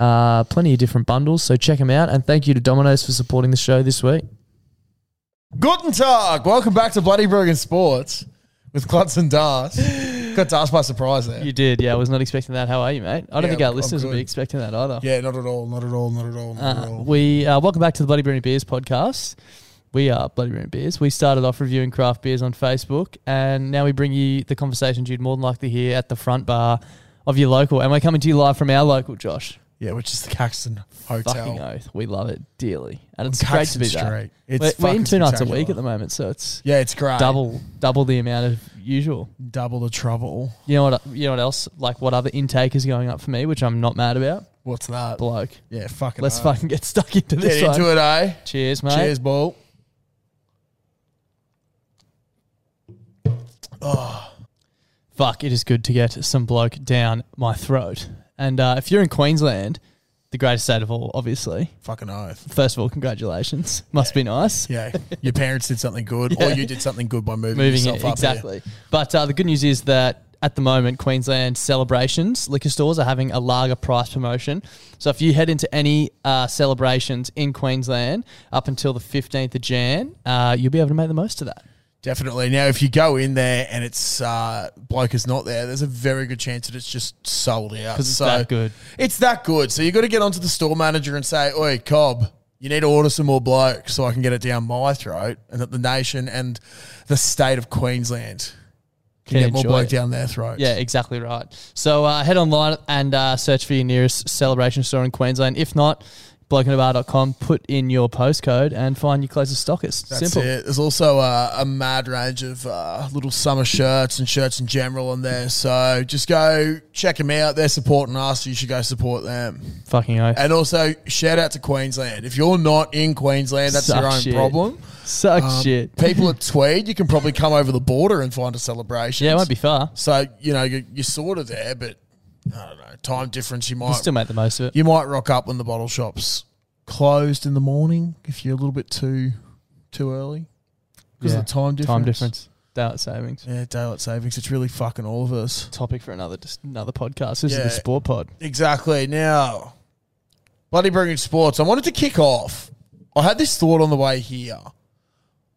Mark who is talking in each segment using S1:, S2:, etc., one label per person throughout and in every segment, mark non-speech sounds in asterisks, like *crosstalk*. S1: Uh, plenty of different bundles, so check them out. And thank you to Domino's for supporting the show this week.
S2: Guten Tag. Welcome back to Bloody Bergen Sports with Klutz and Das. Got Das by surprise there.
S1: You did, yeah. I was not expecting that. How are you, mate? I don't
S2: Yeah,
S1: think our
S2: I'm
S1: listeners will be
S2: good.
S1: expecting that either.
S2: Yeah, not at all. Not at all. Not at all. Not at
S1: Uh,
S2: all.
S1: we uh, welcome back to the Bloody Brewing Beers podcast. We are Bloody Brewing Beers. We started off reviewing craft beers on Facebook, and now we bring you the conversations you'd more than likely hear at the front bar of your local. And we're coming to you live from our local, Josh.
S2: yeah, which is the Caxton
S1: Fucking
S2: Hotel.
S1: oath, we love it dearly, and it's
S2: Caxton
S1: great to be there.
S2: Street. It's
S1: we're, we're in
S2: fucking
S1: two nights a week
S2: spectacular.
S1: at the moment, so it's
S2: Yeah, it's great.
S1: double double the amount of usual.
S2: double the trouble.
S1: You know what? You know what else? Like what other intake is going up for me, which I'm not mad about.
S2: What's that?
S1: Bloke,
S2: Yeah, fucking.
S1: let's
S2: oath.
S1: fucking get stuck into
S2: get
S1: this.
S2: into
S1: one.
S2: it, eh?
S1: Cheers, mate.
S2: Cheers, ball.
S1: fuck, it is good to get some bloke down my throat. And uh, if you're in Queensland, the greatest state of all, obviously.
S2: Fucking oath.
S1: First of all, congratulations. Must be nice.
S2: Yeah, your parents did something good, or you did something good by moving,
S1: Moving
S2: yourself
S1: it,
S2: up. here.
S1: exactly. But uh, the good news is that at the moment, Queensland celebrations liquor stores are having a lager price promotion. So if you head into any uh, celebrations in Queensland up until the 15th of Jan, uh, you'll be able to make the most of that.
S2: Definitely. Now, if you go in there and it's uh, bloke is not there, there's a very good chance that it's just sold out.
S1: 'Cause it's
S2: So-
S1: that good.
S2: It's that good. So you got to get onto the store manager and say, "Oi, Cobb, you need to order some more bloke so I can get it down my throat and that the nation and the state of Queensland can,
S1: Can
S2: get more
S1: enjoy
S2: bloke
S1: it.
S2: down their throats."
S1: Yeah, exactly right. So uh, head online and uh, search for your nearest celebration store in Queensland. If not, blokeinthebar.com, put in your postcode and find your closest stockist.
S2: That's
S1: Simple.
S2: it. There's also uh, a mad range of uh, little summer shirts and shirts in general on there. So just go check them out. They're supporting us. You should go support them.
S1: Fucking oath.
S2: And also shout out to Queensland. If you're not in Queensland, that's
S1: Suck
S2: your own
S1: shit.
S2: problem.
S1: Suck
S2: Um,
S1: shit.
S2: People at Tweed, you can probably come over the border and find a celebration.
S1: Yeah, it won't be far.
S2: So you know you're, you're sort of there, but I don't know time difference. You might
S1: Still make the most of it.
S2: you might rock up when the bottle shops closed in the morning if you're a little bit too too early because
S1: Yeah.
S2: of the time difference.
S1: Time difference. Daylight savings.
S2: Yeah, daylight savings. It's really fucking all of us.
S1: Topic for another just another podcast. This is
S2: Yeah.
S1: the Sport Pod.
S2: Exactly. Now, bloody bringing sports. I wanted to kick off. I had this thought on the way here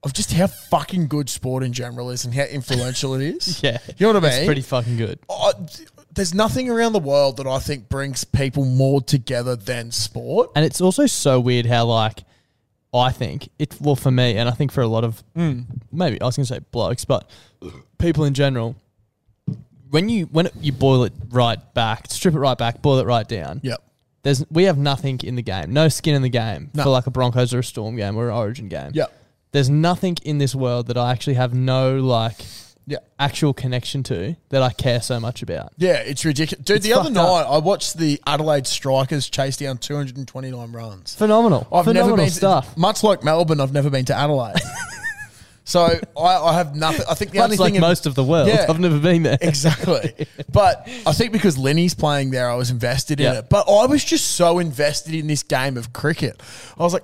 S2: of just how fucking good sport in general is and how influential it
S1: *laughs*
S2: is.
S1: Yeah.
S2: You know what I mean?
S1: It's pretty fucking good.
S2: I, there's nothing around the world that I think brings people more together than sport.
S1: And it's also so weird how like I think it well for me and I think for a lot of
S2: Mm.
S1: maybe I was gonna say blokes, but people in general, when you when it, you boil it right back, strip it right back, boil it right down.
S2: Yep.
S1: There's we have nothing in the game, no skin in the game
S2: No.
S1: for like a Broncos or a Storm game or an Origin game.
S2: Yep.
S1: There's nothing in this world that I actually have no like
S2: Yeah.
S1: actual connection to that I care so much about.
S2: Yeah, it's ridiculous. Dude, the other
S1: fucked
S2: night
S1: up.
S2: I watched the Adelaide Strikers chase down 229 runs.
S1: Phenomenal,
S2: I've
S1: phenomenal
S2: never been
S1: stuff.
S2: To, much like Melbourne, I've never been
S1: *laughs*
S2: to Adelaide. so I, I have nothing. I think the
S1: Much
S2: only
S1: like
S2: thing in-
S1: most of the world,
S2: Yeah.
S1: I've never been there.
S2: *laughs* Exactly. But I think because Lenny's playing there, I was invested in
S1: Yeah.
S2: it. But I was just so invested in this game of cricket. I was like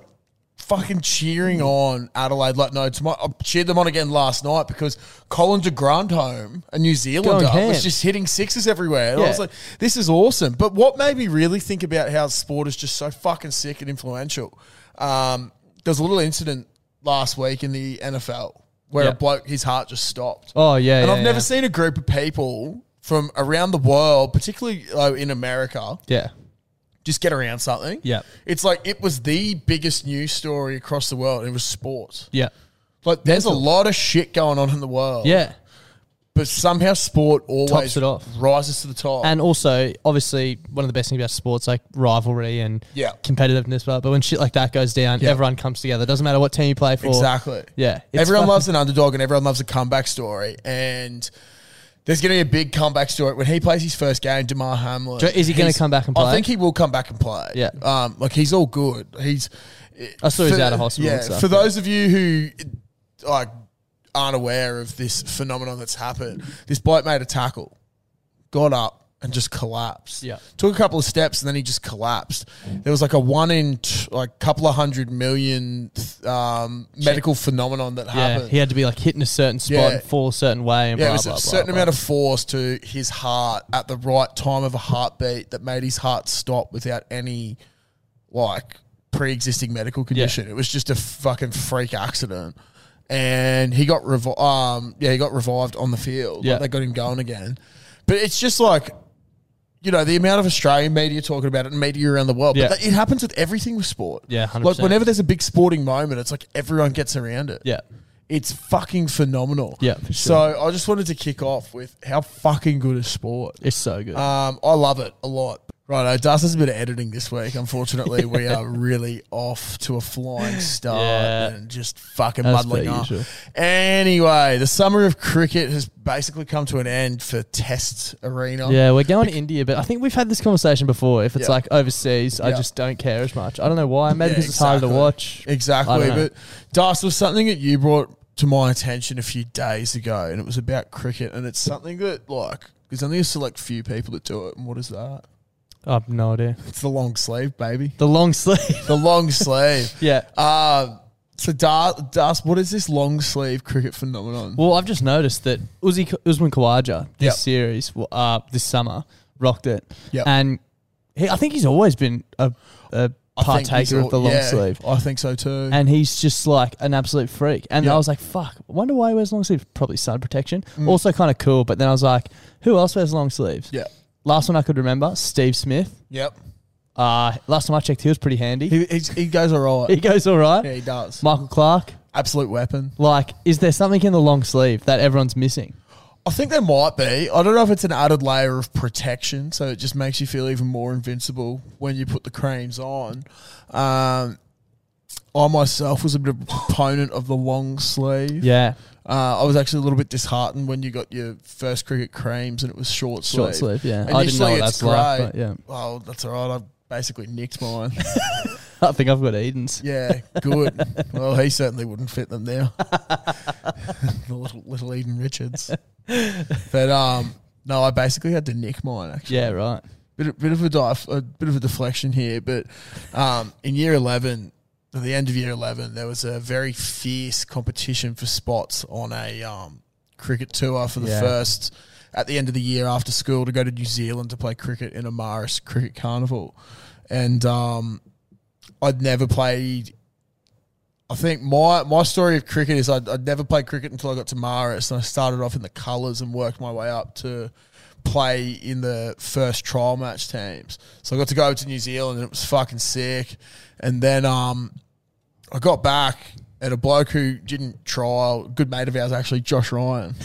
S2: fucking cheering on Adelaide. Like, no, tomorrow, I cheered them on again last night because Colin de Grandhome, a New Zealander,
S1: ham.
S2: was just hitting sixes everywhere. And I
S1: Yeah.
S2: was like, this is awesome. But what made me really think about how sport is just so fucking sick and influential? Um, there was a little incident last week in the NFL where
S1: Yeah.
S2: a bloke, his heart just stopped.
S1: Oh yeah,
S2: And
S1: yeah,
S2: I've never
S1: yeah.
S2: seen a group of people from around the world, particularly uh, in America,
S1: Yeah,
S2: just get around something.
S1: Yeah.
S2: It's like it was the biggest news story across the world. It was sports.
S1: yeah,
S2: Like there's a lot of shit going on in the world.
S1: yeah.
S2: But somehow sport always
S1: Tops it off.
S2: rises to the top.
S1: And also, obviously, one of the best things about sports like rivalry and
S2: Yeah.
S1: competitiveness. But but when shit like that goes down, everyone comes together. Doesn't matter what team you play for.
S2: exactly.
S1: Yeah. it's
S2: everyone
S1: fucking-
S2: loves an underdog and everyone loves a comeback story. And there's going to be a big comeback story when he plays his first game. Demar Hamlin
S1: Do- is he gonna
S2: he's-
S1: come back and
S2: I
S1: play?
S2: think he will come back and play.
S1: Yeah.
S2: um, like he's all good. He's.
S1: I saw he's out of hospital
S2: Yeah,
S1: and stuff,
S2: for
S1: yeah.
S2: those of you who like aren't aware of this phenomenon that's happened, this bloke made a tackle, got up and just collapsed.
S1: Yeah.
S2: took a couple of steps and then he just collapsed. There was like a one in t- like couple of hundred million th- um, medical phenomenon that
S1: Yeah,
S2: happened.
S1: he had to be like hitting a certain spot
S2: Yeah.
S1: and fall a certain way and
S2: Yeah,
S1: blah,
S2: it was
S1: blah,
S2: a
S1: blah,
S2: certain
S1: blah.
S2: amount of force to his heart at the right time of a heartbeat that made his heart stop without any like pre-existing medical condition. It was just a fucking freak accident, and he got revi- um yeah he got revived on the field. Like,
S1: Yeah.
S2: they got him going again. But it's just like you know the amount of Australian media talking about it and media around the world.
S1: Yeah.
S2: But that- it happens with everything with sport.
S1: Yeah, 100%.
S2: like whenever there's a big sporting moment, it's like everyone gets around it.
S1: Yeah.
S2: It's fucking phenomenal.
S1: Yeah, for
S2: So I just wanted to kick off with how fucking good is sport.
S1: It's so good.
S2: Um, I love it a lot. Right, Dust has a bit of editing this week. Unfortunately,
S1: *laughs*
S2: we are really off to a flying start
S1: Yeah.
S2: and just fucking
S1: As per
S2: muddling up.
S1: usual.
S2: Anyway, the summer of cricket has basically come to an end for Test Arena.
S1: yeah, we're going to India, but I think we've had this conversation before. If it's
S2: Yeah.
S1: like overseas, I
S2: Yeah.
S1: just don't care as much. I don't know why. Maybe
S2: Yeah,
S1: because it's harder to
S2: exactly.
S1: watch. I
S2: Exactly.
S1: don't know.
S2: But Das was something that you brought to my attention a few days ago, and it was about cricket. And it's something that, like, there's only a select few people that do it. And what is that?
S1: I have no idea.
S2: It's the long
S1: *laughs*
S2: sleeve, baby.
S1: The long sleeve.
S2: The long sleeve.
S1: yeah.
S2: Uh, so, Da- Das, what is this long sleeve cricket phenomenon?
S1: Well, I've just noticed that Uzi Usman Khawaja this
S2: Yep.
S1: series, well, uh, this summer, rocked it.
S2: Yep.
S1: and he, I think he's always been a, a
S2: I think he's
S1: partaker
S2: all-
S1: of the long
S2: yeah,
S1: sleeve,
S2: I think so too.
S1: and he's just like an absolute freak. And
S2: Yep. Mm.
S1: I was like, "Fuck, I wonder why he wears long sleeves? Probably sun protection. Also, kind of cool." But then I was like, "Who else wears long sleeves?"
S2: yeah.
S1: Last one I could remember, Steve Smith.
S2: Yep.
S1: Uh, last time I checked, he was pretty handy. He, *laughs*
S2: He, he's, he goes all right.
S1: goes all right.
S2: yeah, he does.
S1: Michael Clark.
S2: Absolute weapon. *laughs*
S1: Like, is there something in the long sleeve that everyone's missing?
S2: I think there might be. I don't know if it's an added layer of protection, so it just makes you feel even more invincible when you put the creams on. Um, I myself was a bit of a proponent of the long sleeve.
S1: Yeah.
S2: Uh, I was actually a little bit disheartened when you got your first cricket creams and it was short sleeve.
S1: Short sleeve, yeah. I didn't know
S2: Initially,
S1: what
S2: it's
S1: that's like,
S2: great.
S1: but yeah.
S2: Well, that's all right. I basically nicked mine.
S1: I think I've got Edens.
S2: yeah, good. Well, he certainly wouldn't fit them now. *laughs* the little, little Eden Richards. But um, no, I basically had to nick mine actually.
S1: Yeah, right.
S2: Bit, of- bit of a dive, a bit of a deflection here, but um, in year eleven, at the end of year eleven, there was a very fierce competition for spots on a um, cricket tour for the
S1: Yeah.
S2: first. At the end of the year after school, to go to New Zealand to play cricket in a Maris Cricket Carnival, and um, I'd never played. I think my my story of cricket is I'd, I'd never played cricket until I got to Maris, and I started off in the colours and worked my way up to play in the first trial match teams. So I got to go to New Zealand, and it was fucking sick. And then um, I got back, and a bloke who didn't trial, a good mate of ours actually, Josh Ryan. *laughs*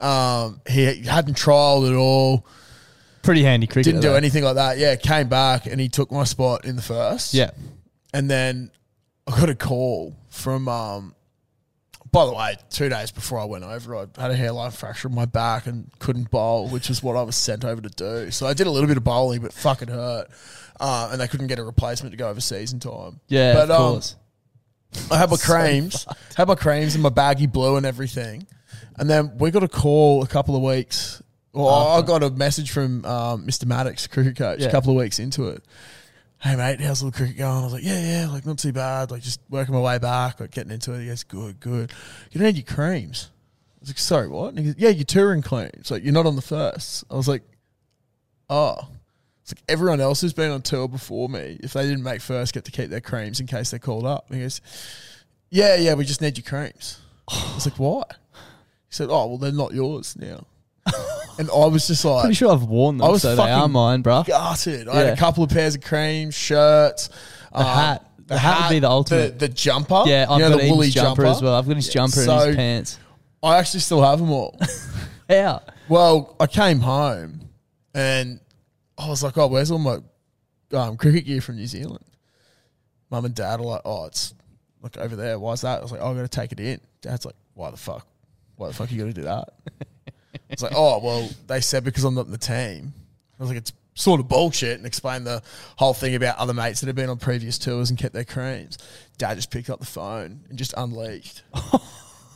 S2: Um, he hadn't trialed at all.
S1: Pretty handy cricket.
S2: Didn't do
S1: though.
S2: anything like that. Yeah, came back and he took my spot in the first.
S1: Yeah.
S2: And then I got a call from, um, by the way, two days before I went over, I had a hairline fracture in my back and couldn't bowl, which is what I was sent over to do. So I did a little bit of bowling, but fucking hurt. Uh, and they couldn't get a replacement to go overseas in time.
S1: Yeah,
S2: but um,
S1: of course. *laughs*
S2: I had my creams, had my creams and my baggy blue and everything, and then we got a call a couple of weeks. Well, I got a message from um, Mr. Maddox, cricket coach,
S1: Yeah.
S2: a couple of weeks into it. Hey mate, how's the little cricket going? I was like, yeah, yeah, like not too bad. Like just working my way back, like getting into it. He goes, good, good. You don't need your creams. I was like, sorry, what? And he goes, yeah, your touring creams. Like you're not on the first. I was like, oh. It's like everyone else who's been on tour before me, if they didn't make first, get to keep their creams in case they're called up. And he goes, yeah, yeah, we just need your creams. I was like, what? He said, oh, well, they're not yours now. and I was just
S1: Pretty
S2: like,
S1: sure I've worn them,
S2: I was
S1: so they are
S2: fucking
S1: mine, bruh.
S2: gutted. I had
S1: Yeah.
S2: a couple of pairs of creams, shirts. uh, The
S1: hat. The hat would be the ultimate.
S2: The, jumper.
S1: Yeah, I've
S2: you know,
S1: got
S2: the
S1: Eden's
S2: woolly
S1: jumper, as well. I've got his jumper and
S2: So-
S1: his pants.
S2: I actually still have them all.
S1: How?
S2: Well, I came home and I was like, oh, where's all my um, cricket gear from New Zealand? Mum and dad are like, oh, it's like over there. Why's that? I was like, oh, I got to take it in. Dad's like, why the fuck? Why the fuck you got to do that? it's like, oh, well, they said because I'm not in the team. I was like, it's sort of bullshit and explained the whole thing about other mates that have been on previous tours and kept their creams. Dad just picked up the phone and just
S1: *laughs*
S2: unleashed.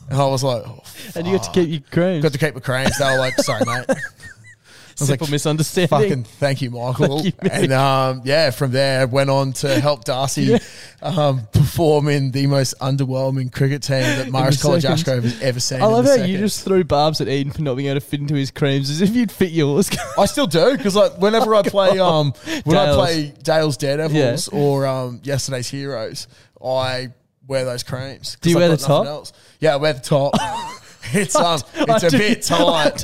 S2: and I was like, oh,
S1: And you got to keep your cream.
S2: Ah, Got to keep the creams. They were like, sorry, mate. I was like,
S1: Simple misunderstanding.
S2: fucking thank you, Michael.
S1: Thank you, mate.
S2: and um, yeah, from there, went on to help Darcy um, perform in the most underwhelming cricket team that Maris College
S1: seconds.
S2: Ashgrove has ever seen.
S1: I
S2: in
S1: love
S2: the
S1: how you
S2: seconds.
S1: just threw barbs at Eden for not being able to fit into his creams as if you'd fit yours. *laughs*
S2: I still do because like whenever I play um when I
S1: Oh, Dales.
S2: play Dale's Daredevils or um yesterday's Heroes, I wear those creams. 'cause
S1: Do you
S2: I've
S1: wear
S2: got
S1: the
S2: nothing
S1: top?
S2: Else. Yeah, I wear
S1: *laughs*
S2: the top. it's um
S1: I
S2: it's a
S1: do-
S2: bit tight.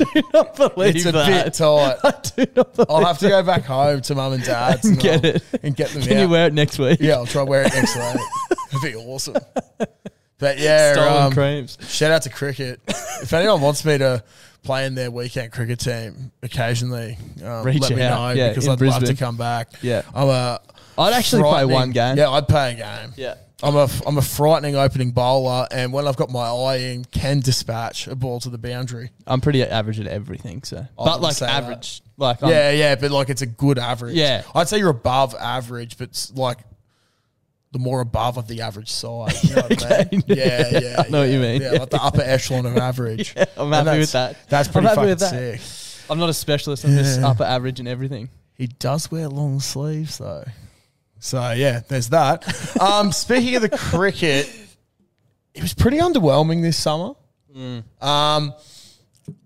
S1: *laughs* I do not believe
S2: It's a
S1: that.
S2: bit tight.
S1: *laughs*
S2: Oh,
S1: I do not believe
S2: I'll have to go back home to mum and dad's and
S1: *laughs* Get
S2: I'll-
S1: it.
S2: and get them
S1: Can
S2: out.
S1: you wear it next week?
S2: yeah, I'll try to wear it next
S1: *laughs*
S2: week. It'd be awesome. But yeah,
S1: Stolen
S2: um,
S1: creams.
S2: shout out to cricket. If anyone wants me to play in their weekend cricket team occasionally, um,
S1: Reach
S2: let me
S1: out,
S2: know
S1: yeah,
S2: because
S1: in
S2: I'd love to
S1: Brisbane.
S2: come back.
S1: Yeah.
S2: I'm a.
S1: I'd actually play
S2: frightening-
S1: one game.
S2: Yeah, I'd play a game.
S1: Yeah.
S2: I'm a I'm a frightening opening bowler, and when I've got my eye in, can dispatch a ball to the boundary.
S1: I'm pretty average at everything, so. but
S2: wouldn't
S1: like
S2: say that.
S1: average. Like
S2: yeah, yeah, but like it's a good average.
S1: Yeah.
S2: I'd say you're above average, but it's like the more above of the average side. You know what I
S1: *laughs*
S2: mean? Yeah, yeah.
S1: I know what you
S2: yeah.
S1: mean.
S2: Yeah, like the upper echelon of average.
S1: *laughs* Yeah, I'm
S2: And
S1: happy
S2: that's-
S1: with that.
S2: That's
S1: I'm
S2: pretty
S1: happy
S2: fucking
S1: with that.
S2: sick.
S1: I'm, I'm not a specialist. I'm just upper average and everything.
S2: He does wear long sleeves though. So yeah, there's that. Um, speaking of the cricket, it was pretty underwhelming this summer. Um,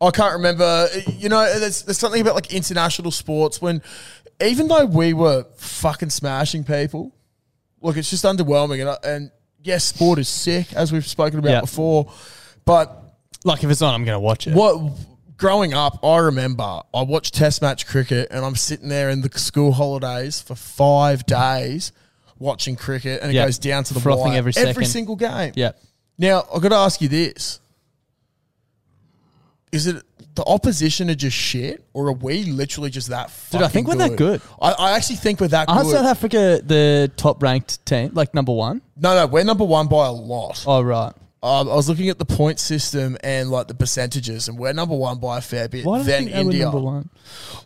S2: I can't remember. You know, there's, there's something about like international sports when, even though we were fucking smashing people, look, it's just underwhelming. And, I- and yes, sport is sick as we've spoken about
S1: Yeah.
S2: before, but
S1: Like if it's on, I'm going to watch it.
S2: what growing up, I remember I watched Test match cricket, and I'm sitting there in the school holidays for five days watching cricket, and it
S1: Yeah.
S2: goes down to the
S1: Frothing
S2: wire
S1: every
S2: every
S1: second.
S2: single game.
S1: Yeah.
S2: Now I got to ask you this: is it the opposition are just shit, or are we literally just that? Dude,
S1: I think we're that good.
S2: I, I actually think we're that
S1: Aren't
S2: good.
S1: South Africa the top ranked team, like number one?
S2: no, no, we're number one by a lot.
S1: Oh right.
S2: Um, I was looking at the point system and like the percentages, and we're number one by a fair bit.
S1: Why do I
S2: then
S1: think they
S2: India.
S1: were number one?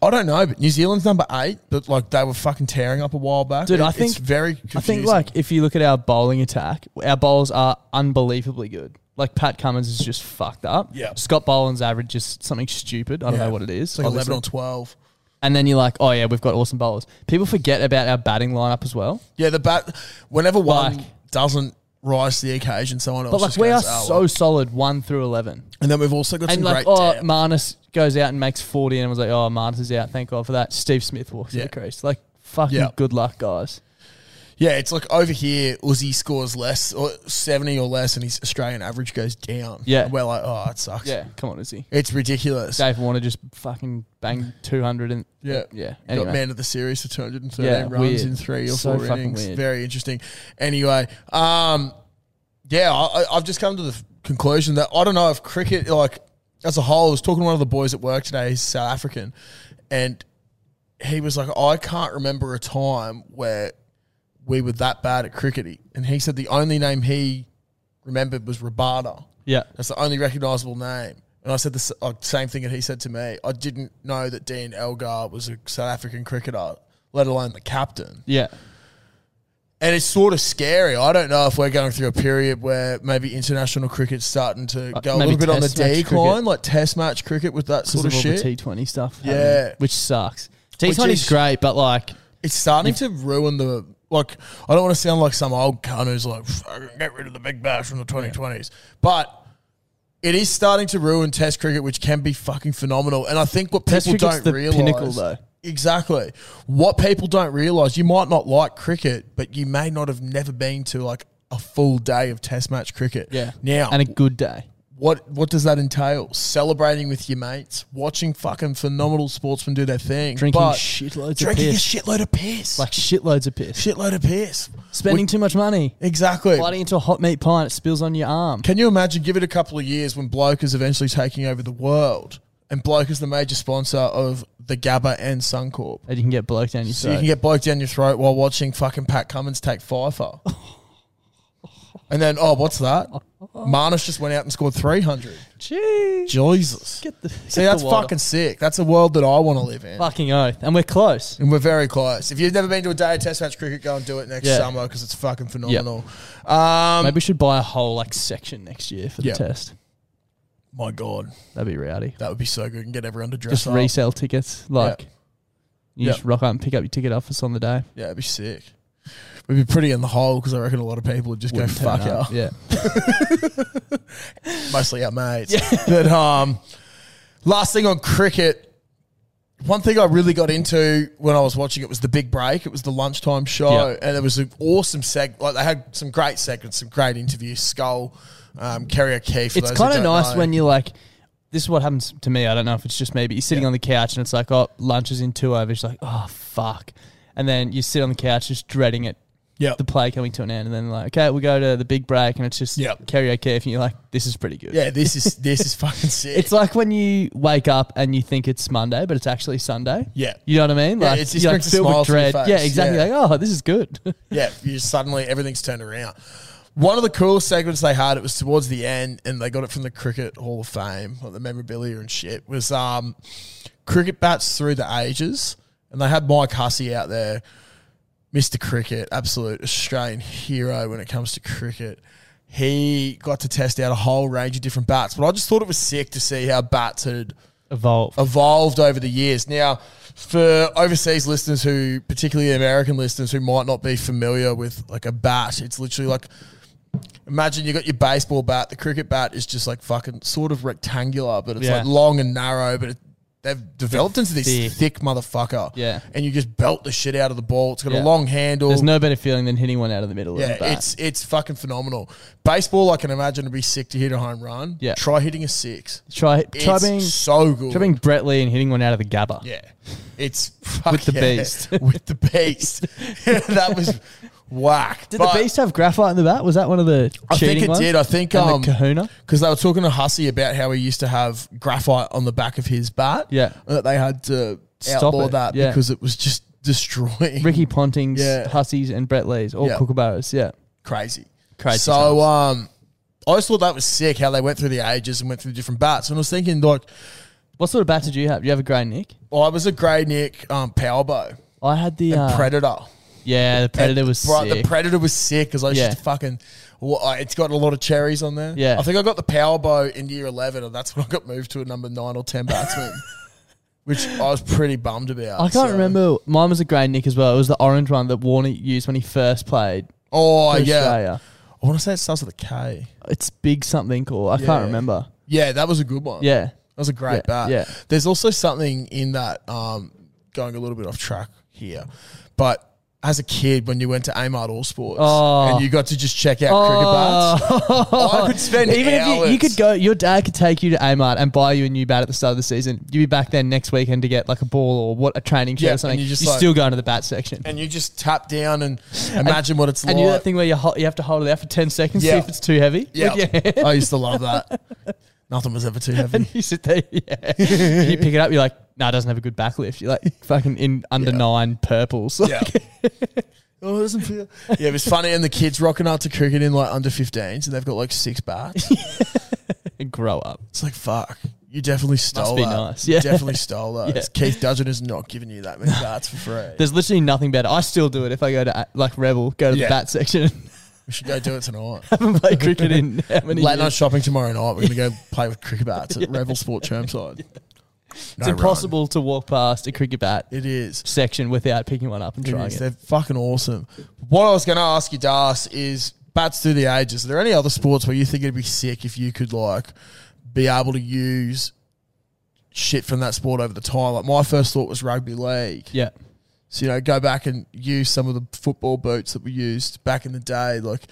S2: I don't know, but New Zealand's number eight, but like they were fucking tearing up a while back.
S1: Dude,
S2: It-
S1: I think
S2: it's very. Confusing.
S1: I think like if you look at our bowling attack, our bowls are unbelievably good. Like Pat Cummins is just fucked up.
S2: Yeah.
S1: Scott Boland's average is something stupid. I don't
S2: Yeah.
S1: know what it is.
S2: It's like
S1: I listen.
S2: eleven or twelve.
S1: And then you're like, oh yeah, we've got awesome bowlers. People forget about our batting lineup as well.
S2: Yeah, the bat. Whenever one
S1: Like-
S2: doesn't rise to the occasion, someone else.
S1: But like
S2: just
S1: we are
S2: goes, "Oh,
S1: so
S2: well."
S1: solid one through eleven.
S2: And then we've also got
S1: And
S2: some
S1: like
S2: great.
S1: oh
S2: depth.
S1: Marnus goes out and makes forty and was like, Oh Marnus is out, thank God for that. Steve Smith walks
S2: Yeah.
S1: to the crease. Like fucking
S2: Yeah.
S1: good luck, guys.
S2: yeah, it's like over here, Uzi scores less or seventy or less, and his Australian average goes down.
S1: Yeah.
S2: and we're like, oh, it sucks.
S1: Yeah. Come on, Izzy.
S2: it's ridiculous.
S1: Dave Warner just fucking banged two hundred and uh,
S2: Yeah,
S1: Yeah.
S2: Got
S1: Anyway.
S2: man of the series for 213
S1: Yeah,
S2: runs
S1: weird.
S2: in three or
S1: So
S2: four
S1: fucking
S2: innings.
S1: weird.
S2: Very interesting. Anyway, um, yeah, I, I- I've just come to the f- conclusion that I don't know if cricket, like as a whole, I was talking to one of the boys at work today. He's South African, and he was like, I can't remember a time where we were that bad at cricket. And he said the only name he remembered was Rabada.
S1: Yeah.
S2: That's the only recognisable name. And I said the s- uh, same thing that he said to me. I didn't know that Dean Elgar was a South African cricketer, let alone the captain.
S1: Yeah.
S2: And it's sort of scary. I don't know if we're going through a period where maybe international cricket's starting to go a
S1: Uh, maybe
S2: little bit on the
S1: test match
S2: decline,
S1: cricket.
S2: like test match cricket with that
S1: Because
S2: sort
S1: of
S2: of
S1: all
S2: shit.
S1: the T20 stuff.
S2: Yeah.
S1: happening, Which sucks.
S2: Which
S1: T20
S2: is-
S1: is great, but like
S2: it's starting to ruin the like. I don't want to sound like some old cunt who's like, "Fucking get rid of the big bash from the 2020s, but. It is starting to ruin Test cricket, which can be fucking phenomenal. And I think what
S1: Test
S2: people
S1: cricket's the
S2: don't realize,
S1: pinnacle, though.
S2: exactly, what people don't realize, you might not like cricket, but you may not have never been to like a full day of Test match cricket.
S1: yeah.
S2: Now,
S1: and a good day.
S2: what what does that entail? Celebrating with your mates, watching fucking phenomenal sportsmen do their thing,
S1: Drinking
S2: but
S1: shitloads
S2: drinking
S1: of
S2: a
S1: piss.
S2: shitload of piss,
S1: like shitloads of piss.
S2: shitload of piss.
S1: Spending too much money.
S2: Exactly.
S1: Biting into a hot meat pie and it spills on your arm.
S2: Can you imagine? Give it a couple of years when Bloke is eventually taking over the world, and Bloke is the major sponsor of the Gabba and Suncorp.
S1: And you can get bloke down your
S2: So
S1: throat.
S2: you can get Bloke down your throat while watching fucking Pat Cummins
S1: *laughs*
S2: take Pfeiffer. and then, oh, what's that? Marnus just went out and scored 300.
S1: Jeez.
S2: Jesus.
S1: Get the,
S2: See, that's fucking sick. That's a world that I want to live in.
S1: fucking oath. And we're close.
S2: And we're very close. If you've never been to a day of test match cricket, go and do it next
S1: Yeah.
S2: summer because it's fucking phenomenal. Um,
S1: Maybe we should buy a whole like section next year for the
S2: Yeah.
S1: test.
S2: my God,
S1: That'd be rowdy.
S2: that would be so good and get everyone to dress
S1: Just
S2: up.
S1: resale tickets. Like you
S2: Yeah.
S1: just rock up and pick up your ticket off us on the day.
S2: Yeah, it'd be sick. We'd be pretty in the hole because I reckon a lot of people would just
S1: Wouldn't
S2: go fuck
S1: turn up.
S2: out.
S1: Yeah.
S2: Mostly our mates.
S1: *laughs*
S2: But um, last thing on cricket, one thing I really got into when I was watching it was the big break. It was the lunchtime show,
S1: Yeah.
S2: and it was an awesome seg. Like they had some great segments, some great interviews. Skull, um, Kerry O'Keefe. for
S1: it's
S2: those who
S1: kind of
S2: don't
S1: nice
S2: know.
S1: when you're like, this is what happens to me. I don't know if it's just me, but you're sitting on the couch and it's like, oh, lunch is in two overs. You're like, oh, fuck. And then you sit on the couch just dreading it,
S2: yeah.
S1: the play coming to an end. And then, like, okay, we go to the big break and it's just
S2: Yep.
S1: karaoke. And you're like, this is pretty good.
S2: yeah, this is this is *laughs* fucking sick.
S1: It's like when you wake up and you think it's Monday, but it's actually Sunday.
S2: Yeah.
S1: You know what I mean?
S2: Yeah,
S1: Like,
S2: it just
S1: you're,
S2: brings a
S1: filled
S2: smile
S1: with
S2: to your
S1: dread.
S2: face.
S1: Yeah, exactly.
S2: Yeah.
S1: Like, oh, this is good.
S2: Yeah, you just suddenly everything's turned around. One of the coolest segments they had, it was towards the end, and they got it from the Cricket Hall of Fame, like the memorabilia and shit, was um, cricket bats through the ages. And they had Mike Hussey out there, Mr. Cricket, absolute Australian hero when it comes to cricket. He got to test out a whole range of different bats, but I just thought it was sick to see how bats had
S1: Evolve.
S2: evolved over the years. Now, for overseas listeners who, particularly American listeners who might not be familiar with like a bat, it's literally like imagine you got your baseball bat. The cricket bat is just like fucking sort of rectangular, but it's
S1: Yeah.
S2: like long and narrow, but it, they've developed into this
S1: Thick.
S2: thick motherfucker.
S1: Yeah.
S2: and you just belt the shit out of the ball. It's got a
S1: Yeah.
S2: long handle.
S1: There's no better feeling than hitting one out of the middle of
S2: Yeah,
S1: the bat.
S2: it's it's fucking phenomenal. Baseball, I can imagine, would be sick to hit a home run.
S1: Yeah.
S2: try hitting a six.
S1: try, try
S2: It's
S1: being
S2: so good.
S1: Try being Brett Lee and hitting one out of the gabba.
S2: Yeah. It's
S1: *laughs*
S2: fuck
S1: With the
S2: yeah.
S1: beast.
S2: with the beast. *laughs* that was whack.
S1: Did
S2: But
S1: the Beast have graphite in the bat? Was that one of the
S2: I
S1: cheating
S2: think it
S1: ones?
S2: did. I think
S1: And the
S2: um,
S1: Kahuna?
S2: because they were talking to Hussey about how he used to have graphite on the back of his bat.
S1: Yeah.
S2: and that they had to
S1: Stop
S2: outlaw
S1: it,
S2: that
S1: yeah.
S2: because it was just destroying.
S1: Ricky Ponting's,
S2: Yeah.
S1: Hussies, and Brett Lee's, all
S2: Yeah.
S1: kookaburras. Yeah.
S2: crazy.
S1: Crazy
S2: So um, I just thought that was sick how they went through the ages and went through different bats. And I was thinking like
S1: What sort of bat did you have? Do you have a grey Nick?
S2: I was a grey Nick um, power bow
S1: I had the uh,
S2: predator.
S1: Yeah, the predator
S2: And,
S1: was
S2: bro,
S1: sick.
S2: The predator was sick because I
S1: Yeah.
S2: just fucking. Well, I- it's got a lot of cherries on there.
S1: Yeah.
S2: I think I got the power bow in year eleven, and that's when I got moved to a number nine or
S1: *laughs*
S2: ten batsman, which I was pretty bummed about.
S1: I can't
S2: so-
S1: remember. Mine was a grey Nick as well. It was the orange one that Warner used when he first played.
S2: Oh
S1: for
S2: yeah,
S1: Australia.
S2: I want to say it starts with a K.
S1: It's big something or I
S2: Yeah.
S1: can't remember.
S2: Yeah, that was a good one.
S1: Yeah.
S2: That was a great
S1: Yeah,
S2: bat.
S1: yeah.
S2: There's also something in that, um, going a little bit off track here, but as a kid, when you went to Amart All Sports
S1: Oh.
S2: and you got to just check out
S1: *laughs*
S2: cricket bats, Oh, I could spend
S1: Even if you, you
S2: hours-
S1: could go, your dad could take you to Amart and buy you a new bat at the start of the season. You'd be back then next weekend to get like a ball or what a training shirt or
S2: Yeah, and
S1: something.
S2: you're
S1: You're,
S2: just like-
S1: still going to the bat section.
S2: and you just tap down and imagine what it's
S1: And you do
S2: like.
S1: that thing where you ho- you have to hold it out for ten seconds,
S2: Yeah.
S1: see if it's too heavy. *laughs*
S2: yeah,
S1: With your hand.
S2: I used to
S1: *laughs*
S2: love that. Nothing was ever too heavy.
S1: You sit there, yeah. you pick it up, you're like, no, it doesn't have a good backlift. You're like fucking in under
S2: Yeah.
S1: nine purples. *laughs*
S2: Yeah. Oh, it doesn't feel. Yeah, it was funny, and the kids rocking up to cricket in like under 15s, and they've got like six bats.
S1: *laughs* Grow up.
S2: It's like fuck. You definitely stole
S1: be
S2: that.
S1: nice,
S2: You
S1: yeah. *laughs*
S2: definitely stole that.
S1: Yeah.
S2: Keith Dudgeon has not given you that many bats for free.
S1: There's literally nothing better. I still do it if I go to uh, like Rebel, go to
S2: Yeah.
S1: the bat section,
S2: we should go do
S1: *laughs*
S2: it tonight.
S1: and play cricket in
S2: *laughs*
S1: how many
S2: Late night
S1: years?
S2: shopping tomorrow night. We're
S1: *laughs*
S2: gonna go play with cricket bats at Revel Sport Chermside.
S1: It's impossible to walk past a cricket bat
S2: It is.
S1: section without picking one up and
S2: It
S1: trying
S2: is.
S1: it.
S2: They're fucking awesome. What I was gonna ask you, Das, is bats through the ages. Are there any other sports where you think it'd be sick if you could like be able to use shit from that sport over the time? Like my first thought was rugby league.
S1: Yeah.
S2: So, you know, go back and use some of the football boots that we used back in the day. Like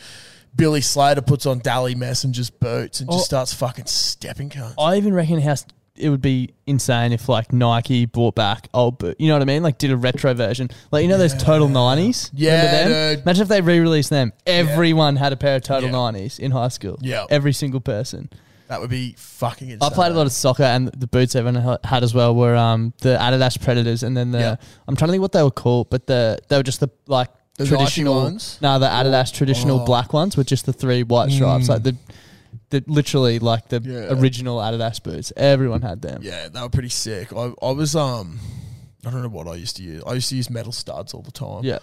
S2: Billy Slater puts on Dally Messenger's boots and just
S1: Oh.
S2: starts fucking stepping cunts.
S1: I even reckon how s- it would be insane if like Nike brought back old boot. You know what I mean? Like did a retro version. Like you know those total nineties.
S2: Yeah,
S1: Remember them?
S2: dude.
S1: Imagine if they re-released them. Everyone had a pair of total
S2: Yeah.
S1: nineties in high school.
S2: Yeah.
S1: Every single person.
S2: that would be fucking insane.
S1: I played a lot of soccer, and the boots everyone ha- had as well were um, the Adidas Predators, and then the
S2: Yeah.
S1: I'm trying to think what they were called, but the they were just the like
S2: The Nike
S1: traditional
S2: ones?
S1: No, the Adidas traditional
S2: Oh. Hmm.
S1: black ones with just the three white stripes, like the, the literally like the
S2: Yeah.
S1: original Adidas boots. Everyone had them.
S2: Yeah, they were pretty sick. I, I was, um, I don't know what I used to use. I used to use metal studs all the time.
S1: Yeah.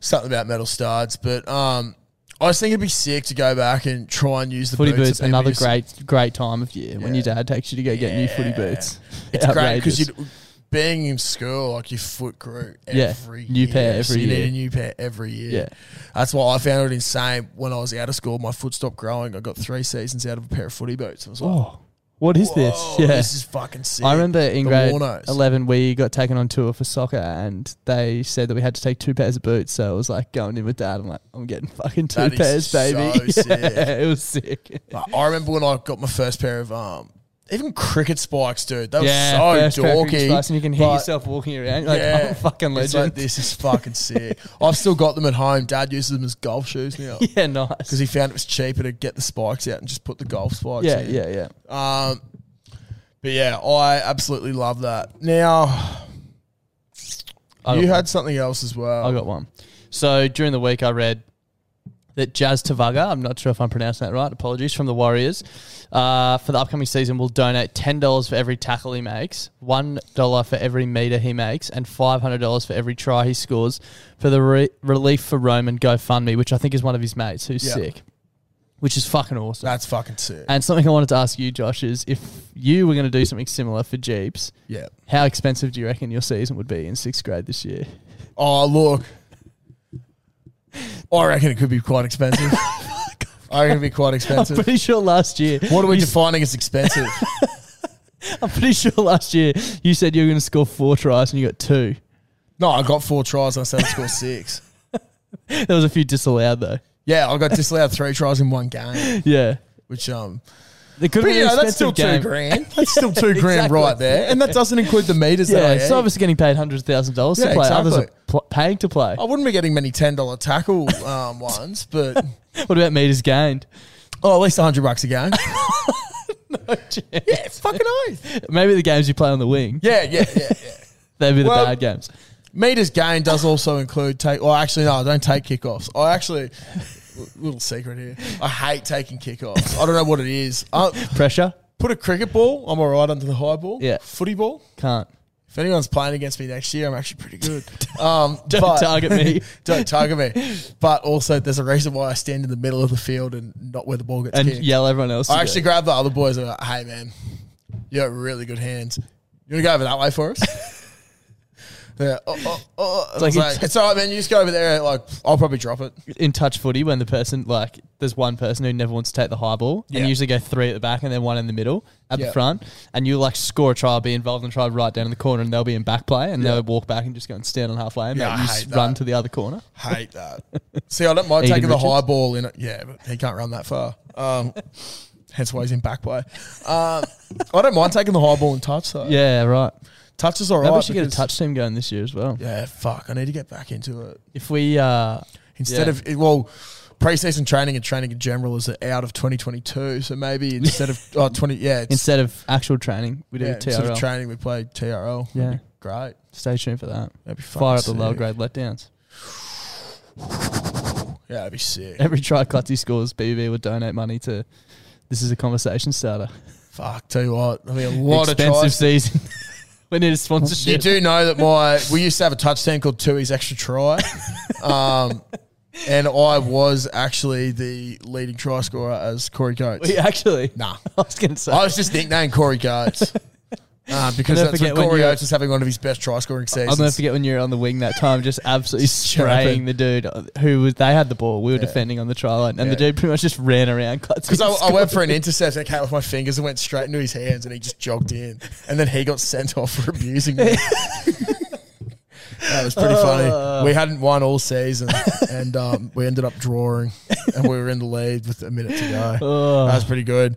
S2: Something about metal studs. But, um, I just think it'd be sick to go back and try and use the
S1: Footy
S2: boots.
S1: boots,
S2: that people
S1: another
S2: used to-
S1: great great time of year when
S2: Yeah.
S1: your dad takes you to go get new footy
S2: Yeah.
S1: boots.
S2: It's great because
S1: Outrageous.
S2: you being in school, like your foot grew
S1: Yeah,
S2: every
S1: new
S2: year.
S1: pair
S2: so
S1: every
S2: you
S1: year.
S2: need a new pair every year.
S1: Yeah.
S2: That's why I found it insane when I was out of school. My foot stopped growing. I got three seasons out of a pair of footy boots. I was like,
S1: Oh, what is
S2: "Whoa,
S1: this? Yeah.
S2: this is fucking sick.
S1: I remember in
S2: The
S1: grade
S2: Warnos.
S1: 11, we got taken on tour for soccer and they said that we had to take two pairs of boots. So it was like going in with dad. I'm like, I'm getting fucking two
S2: That is
S1: pairs,
S2: so
S1: baby. *laughs*
S2: sick.
S1: Yeah, it was sick.
S2: Like, I remember when I got my first pair of um, even cricket spikes, dude. They were
S1: first
S2: so
S1: pair of cricket
S2: dorky.
S1: strikes and you can hear
S2: but-
S1: yourself walking around. You're like, I'm a fucking
S2: It's
S1: legend.
S2: like, this is fucking sick. I've still got them at home. Dad uses them as golf
S1: *laughs*
S2: shoes now.
S1: *laughs* yeah, nice.
S2: because he found it was cheaper to get the spikes out and just put the golf spikes.
S1: Yeah,
S2: in.
S1: yeah, yeah.
S2: Um, but yeah, I absolutely love that. Now
S1: I
S2: you
S1: got
S2: had something else as well.
S1: one. I got one. So during the week, I read that Jazz Tavaga, I'm not sure if I'm pronouncing that right, apologies, from the Warriors, uh, for the upcoming season will donate $10 for every tackle he makes, $1 for every metre he makes, and $500 for every try he scores for the re- Relief for Rome and GoFundMe, which I think is one of his mates who's
S2: Yeah.
S1: sick, which is fucking awesome.
S2: That's fucking sick.
S1: and something I wanted to ask you, Josh, is if you were going to do something similar for Jeeps,
S2: yeah.
S1: how expensive do you reckon your season would be in sixth grade this year?
S2: Oh look, Oh, I reckon it could be quite *laughs* expensive. I reckon it'd be quite expensive.
S1: *laughs*
S2: *laughs*
S1: Pretty sure last year.
S2: What are we defining as *laughs* expensive?
S1: I'm *laughs* pretty sure last year you said you were going to score four tries and you got two.
S2: no, I got four tries and I said I scored six.
S1: There was a few disallowed though.
S2: Yeah, I got disallowed three tries in one game,
S1: Yeah,
S2: which um,
S1: It could have
S2: But
S1: been
S2: you
S1: an
S2: know, that's
S1: expensive
S2: still
S1: game.
S2: two grand. *laughs* That's still two grand
S1: Exactly.
S2: right there, and that doesn't include the meters.
S1: Yeah,
S2: that I
S1: it's
S2: eat.
S1: obviously getting paid hundreds of thousands of dollars
S2: Yeah,
S1: to play. Others are
S2: exactly. Oh.
S1: pl- paying to play.
S2: I wouldn't be getting many ten dollar tackle um, ones, but
S1: What about meters gained?
S2: *laughs* oh, at least hundred bucks a *laughs* game.
S1: yeah,
S2: Fucking oath.
S1: Maybe the games you play on the wing.
S2: *laughs* Yeah, yeah, yeah, yeah.
S1: They'd be the
S2: Well-
S1: bad games.
S2: Meters gained does also include take. Well, actually, no, I don't take kickoffs. I actually, *laughs* little secret here. I hate taking kickoffs. I don't know what it is. I,
S1: Pressure?
S2: put a cricket ball. I'm all right under the high ball.
S1: Yeah.
S2: Footy ball.
S1: Can't.
S2: If anyone's playing against me next year, I'm actually pretty good. Um,
S1: *laughs* Don't
S2: but-
S1: target
S2: *laughs*
S1: me.
S2: don't target me. But also, there's a reason why I stand in the middle of the field and not where the ball gets
S1: And
S2: kicked.
S1: yell everyone else.
S2: I
S1: to
S2: actually
S1: go.
S2: grabbed the other boys and like, hey man, you got really good hands. You wanna go over that way
S1: *laughs*
S2: for us? yeah. Oh, oh, oh. It's,
S1: like
S2: like,
S1: it's-
S2: it's all right, man. You just go over there. Like I'll probably
S1: *laughs*
S2: drop it.
S1: in touch footy when the person like there's one person who never wants to take the high ball and
S2: Yeah.
S1: you usually go three at the back and then one in the middle at
S2: Yeah.
S1: the front and you like score a try be involved in a try right down in the corner and they'll be in back play and they'll walk back and just go and stand on halfway and
S2: Yeah,
S1: mate, you
S2: I hate
S1: just run
S2: that.
S1: to the other corner
S2: Hate that. See, I don't mind
S1: Eden
S2: taking the
S1: Richards?
S2: high ball in it. Yeah, but he can't run that far.
S1: *laughs*
S2: Um, hence why he's in back play. Um, I don't mind taking the high ball and touch though.
S1: yeah right
S2: Touch is all right.
S1: maybe we should get a
S2: because-
S1: touch team going this year as well
S2: Yeah, fuck. I need to get back into it.
S1: if we uh
S2: Instead
S1: Yeah.
S2: of it- well, preseason training and training in general is out of 2022. So maybe instead of oh, 20, yeah, it's,
S1: instead of actual training we do
S2: yeah, instead
S1: TRL
S2: of training, we play TRL.
S1: Yeah.
S2: That'd be great.
S1: stay tuned for that
S2: That'd be fucking
S1: fire up the lower
S2: sick.
S1: grade letdowns
S2: Yeah, that'd be sick.
S1: every try Clutzy scores BB would donate money to this is a conversation starter
S2: Fuck, tell you what, I mean, a lot of
S1: expensive *laughs*
S2: tries.
S1: season we need a
S2: You
S1: sponsorship
S2: do know that my we used to have a touch team called Tui's Extra Try, um, and I was actually the leading try scorer as Corey Coates.
S1: We actually.
S2: Nah,
S1: I was going to say.
S2: I was just nicknamed
S1: *laughs*
S2: Corey Coates. Uh, because
S1: I'll never
S2: that's
S1: forget
S2: when
S1: when
S2: Corey
S1: you-
S2: Oates was having one of his best try scoring
S1: I'll
S2: seasons.
S1: never forget when you were on the wing that time, just absolutely
S2: *laughs* Strapping.
S1: spraying the dude who was. They had the ball. We were defending on the try line, and the
S2: Yeah.
S1: dude pretty much just ran around. *laughs*
S2: Because I, I went for an intercept and it came off my fingers and went straight into his hands and he just jogged in. And then he got sent off for abusing me. that was pretty
S1: Uh.
S2: funny. We hadn't won all season and um, we ended up drawing and we were in the lead with a minute to go.
S1: Oh.
S2: That was pretty good.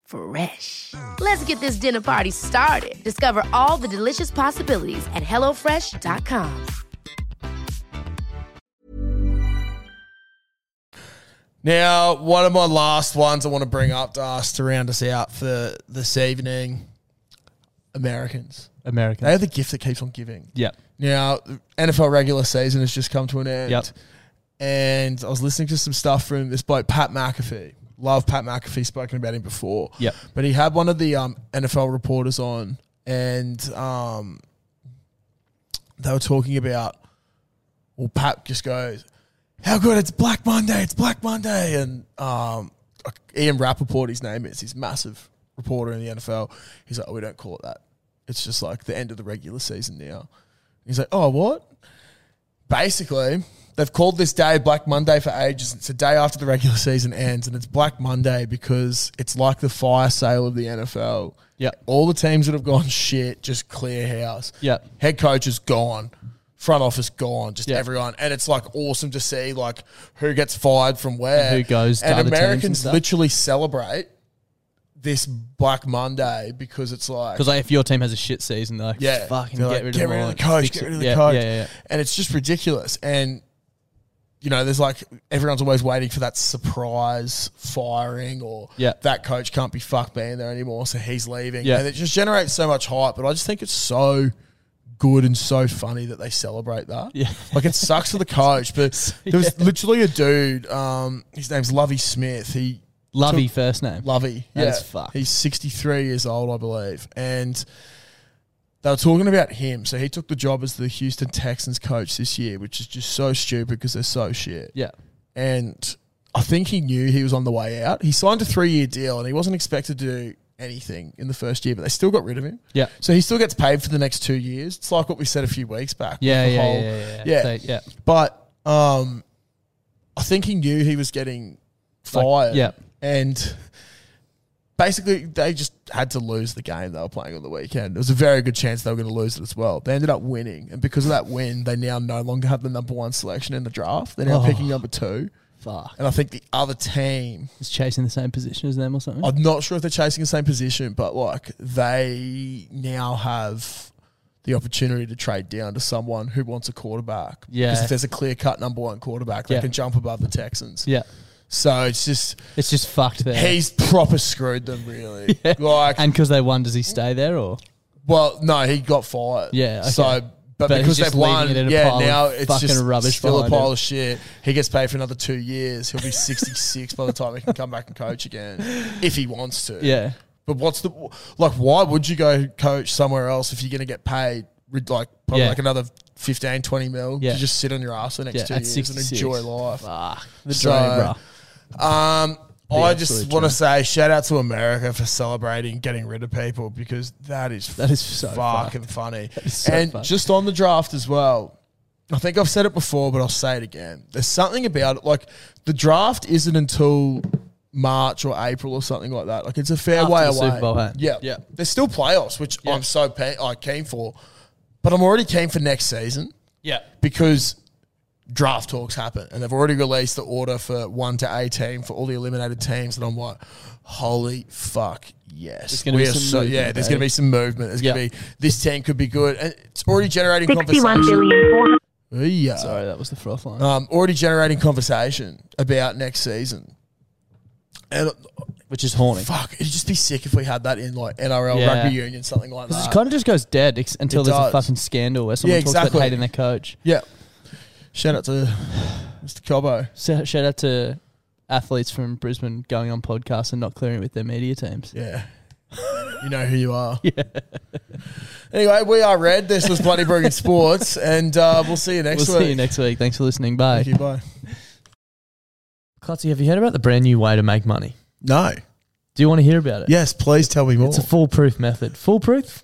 S3: Fresh. Let's get this dinner party started. Discover all the delicious possibilities at hellofresh.com.
S2: Now, one of my last ones I want to bring up to us to round us out for this evening Americans.
S1: American.
S2: They are the gift that keeps on giving.
S1: Yep.
S2: Now, NFL regular season has just come to an end.
S1: Yep.
S2: And I was listening to some stuff from this bloke, Pat McAfee. Love Pat McAfee, spoken about him before.
S1: Yep.
S2: But he had one of the um, NFL reporters on, and um, they were talking about, well, Pat just goes, how good, it's Black Monday, it's Black Monday. And um, Ian Rappaport, his name is, he's a massive reporter in the NFL. He's like, oh, we don't call it that. It's just like the end of the regular season now. He's like, oh, what? Basically, they've called this day Black Monday for ages. It's a day after the regular season ends, and it's Black Monday because it's like the fire sale of the NFL.
S1: Yeah.
S2: All the teams that have gone *laughs* shit just clear house.
S1: Yeah.
S2: Head coach is gone. Front office gone, just
S1: Yeah.
S2: everyone, and it's like awesome to see like who gets fired from where,
S1: And who goes to
S2: and
S1: other teams and
S2: Americans
S1: stuff.
S2: literally celebrate this Black Monday because it's like
S1: Because like, if your team has a shit season, they're like,
S2: yeah,
S1: fucking
S2: They're
S1: get,
S2: like,
S1: rid
S2: get
S1: of
S2: rid
S1: them all
S2: of the
S1: and
S2: coach,
S1: fix
S2: get
S1: it."
S2: rid of the
S1: yeah,
S2: coach,
S1: Yeah, yeah,
S2: and it's just ridiculous. And you know, there's like everyone's always waiting for that surprise firing or
S1: Yeah.
S2: that coach can't be fucked being there anymore, so he's leaving.
S1: Yeah.
S2: And it just generates so much hype, but I just think it's so good and so funny that they celebrate that. Yeah. Like it sucks
S1: *laughs*
S2: for the coach, but there was literally a dude, um, his name's Lovey Smith. He
S4: Lovey first name.
S2: Lovey.
S4: That
S2: yeah.
S4: is fucked.
S2: He's 63 years old, I believe. And they were talking about him. So he took the job as the Houston Texans coach this year, which is just so stupid because they're so shit.
S4: Yeah.
S2: And I think he knew he was on the way out. He signed a three year deal and he wasn't expected to do anything in the first year, but they still got rid of him.
S4: Yeah.
S2: So he still gets paid for the next two years. It's like what we said a few weeks back. with
S4: Yeah,
S2: the
S4: yeah,
S2: whole-
S4: yeah, yeah, yeah. They- yeah.
S2: But um, I think he knew he was getting fired.
S4: yeah.
S2: And basically, they just had to lose the game they were playing on the weekend. There was a very good chance they were going to lose it as well. They ended up winning, and because of that win, they now no longer have the number one selection in the draft. They're now picking number two.
S4: Fuck.
S2: And I think the other team,
S4: Is chasing the same position as them or something?
S2: I'm not sure if they're chasing the same position, but like they now have the opportunity to trade down to someone who wants a quarterback.
S4: Yeah.
S2: Because if there's a clear cut number one quarterback, they
S4: Yeah.
S2: can jump above the Texans.
S4: yeah.
S2: So it's just
S4: It's just fucked there.
S2: he's proper screwed them
S4: *laughs*
S2: really. Like
S4: and because they won, does he stay there or?
S2: well, no, he got fired.
S4: Yeah, okay.
S2: So
S4: But
S2: but,
S4: he's
S2: because
S4: just
S2: they've won,
S4: leaving it in a
S2: yeah,
S4: pile of
S2: now it's
S4: fucking
S2: just
S4: rubbish
S2: still a
S4: behind
S2: pile
S4: him.
S2: of shit. He gets paid for another two years. He'll be *laughs* 66 by the time he can come back and coach again if he wants to.
S4: Yeah.
S2: But what's the like? Why would you go coach somewhere else if you're going to get paid with, like probably
S4: Yeah.
S2: like another 15, 20 mil
S4: Yeah.
S2: to just sit on your ass for the next
S4: Yeah,
S2: two
S4: at
S2: years
S4: 66.
S2: and enjoy life?
S4: Fuck. The
S2: So-
S4: dream, bro.
S2: Um, I just
S4: absolute
S2: want to say shout out to America for celebrating getting rid of people because that is
S4: That is so
S2: fucking funny.
S4: so
S2: and
S4: fucked.
S2: just on the draft as well. I think I've said it before, but I'll say it again. There's something about it. Like the draft isn't until March or April or something like that. Like it's a fair
S4: After
S2: way
S4: the
S2: away.
S4: Super Bowl, hey?
S2: Yeah,
S4: Yeah.
S2: There's still playoffs, which I'm so pe- I keen for, but I'm already keen for next season
S4: Yeah.
S2: because draft talks happen and they've already released the order for 1 to 18 for all the eliminated teams and I'm like holy fuck yes
S4: There's gonna be
S2: We are
S4: some movement,
S2: yeah there's going to
S4: eh?
S2: be some movement there's
S4: Yeah.
S2: going to be this team could be good and it's already generating
S5: 61
S2: conversation
S5: billion four
S2: yeah
S4: Sorry, that was the froth line.
S2: um, already generating conversation about next season and uh,
S4: Which is horny.
S2: fuck it'd just be sick if we had that in like NRL
S4: Yeah.
S2: rugby union something like that
S4: Because it kind of just goes dead ex- until
S2: It
S4: there's
S2: does.
S4: a fucking scandal where someone
S2: Yeah,
S4: talks
S2: exactly.
S4: about hating their coach.
S2: yeah shout out to *sighs* Mr Cobbo
S4: So shout out to athletes from Brisbane going on podcasts and not clearing with their media
S2: *laughs*
S4: teams.
S2: Yeah. You know who you are. Anyway, we are Red. This was Bloody Brogan Sports, and uh, we'll see you next
S4: we'll
S2: week.
S4: see you next week. Thanks for listening. Bye.
S2: Thank you. Bye.
S1: Clutzy, have you heard about the brand new way to make money?
S2: No.
S1: Do you want to hear about it?
S2: Yes, please tell me more.
S1: It's a foolproof method. Foolproof?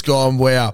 S2: gone, wow.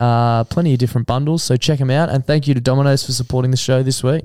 S1: Uh, plenty of different bundles, so check them out. And thank you to Domino's for supporting the show this week.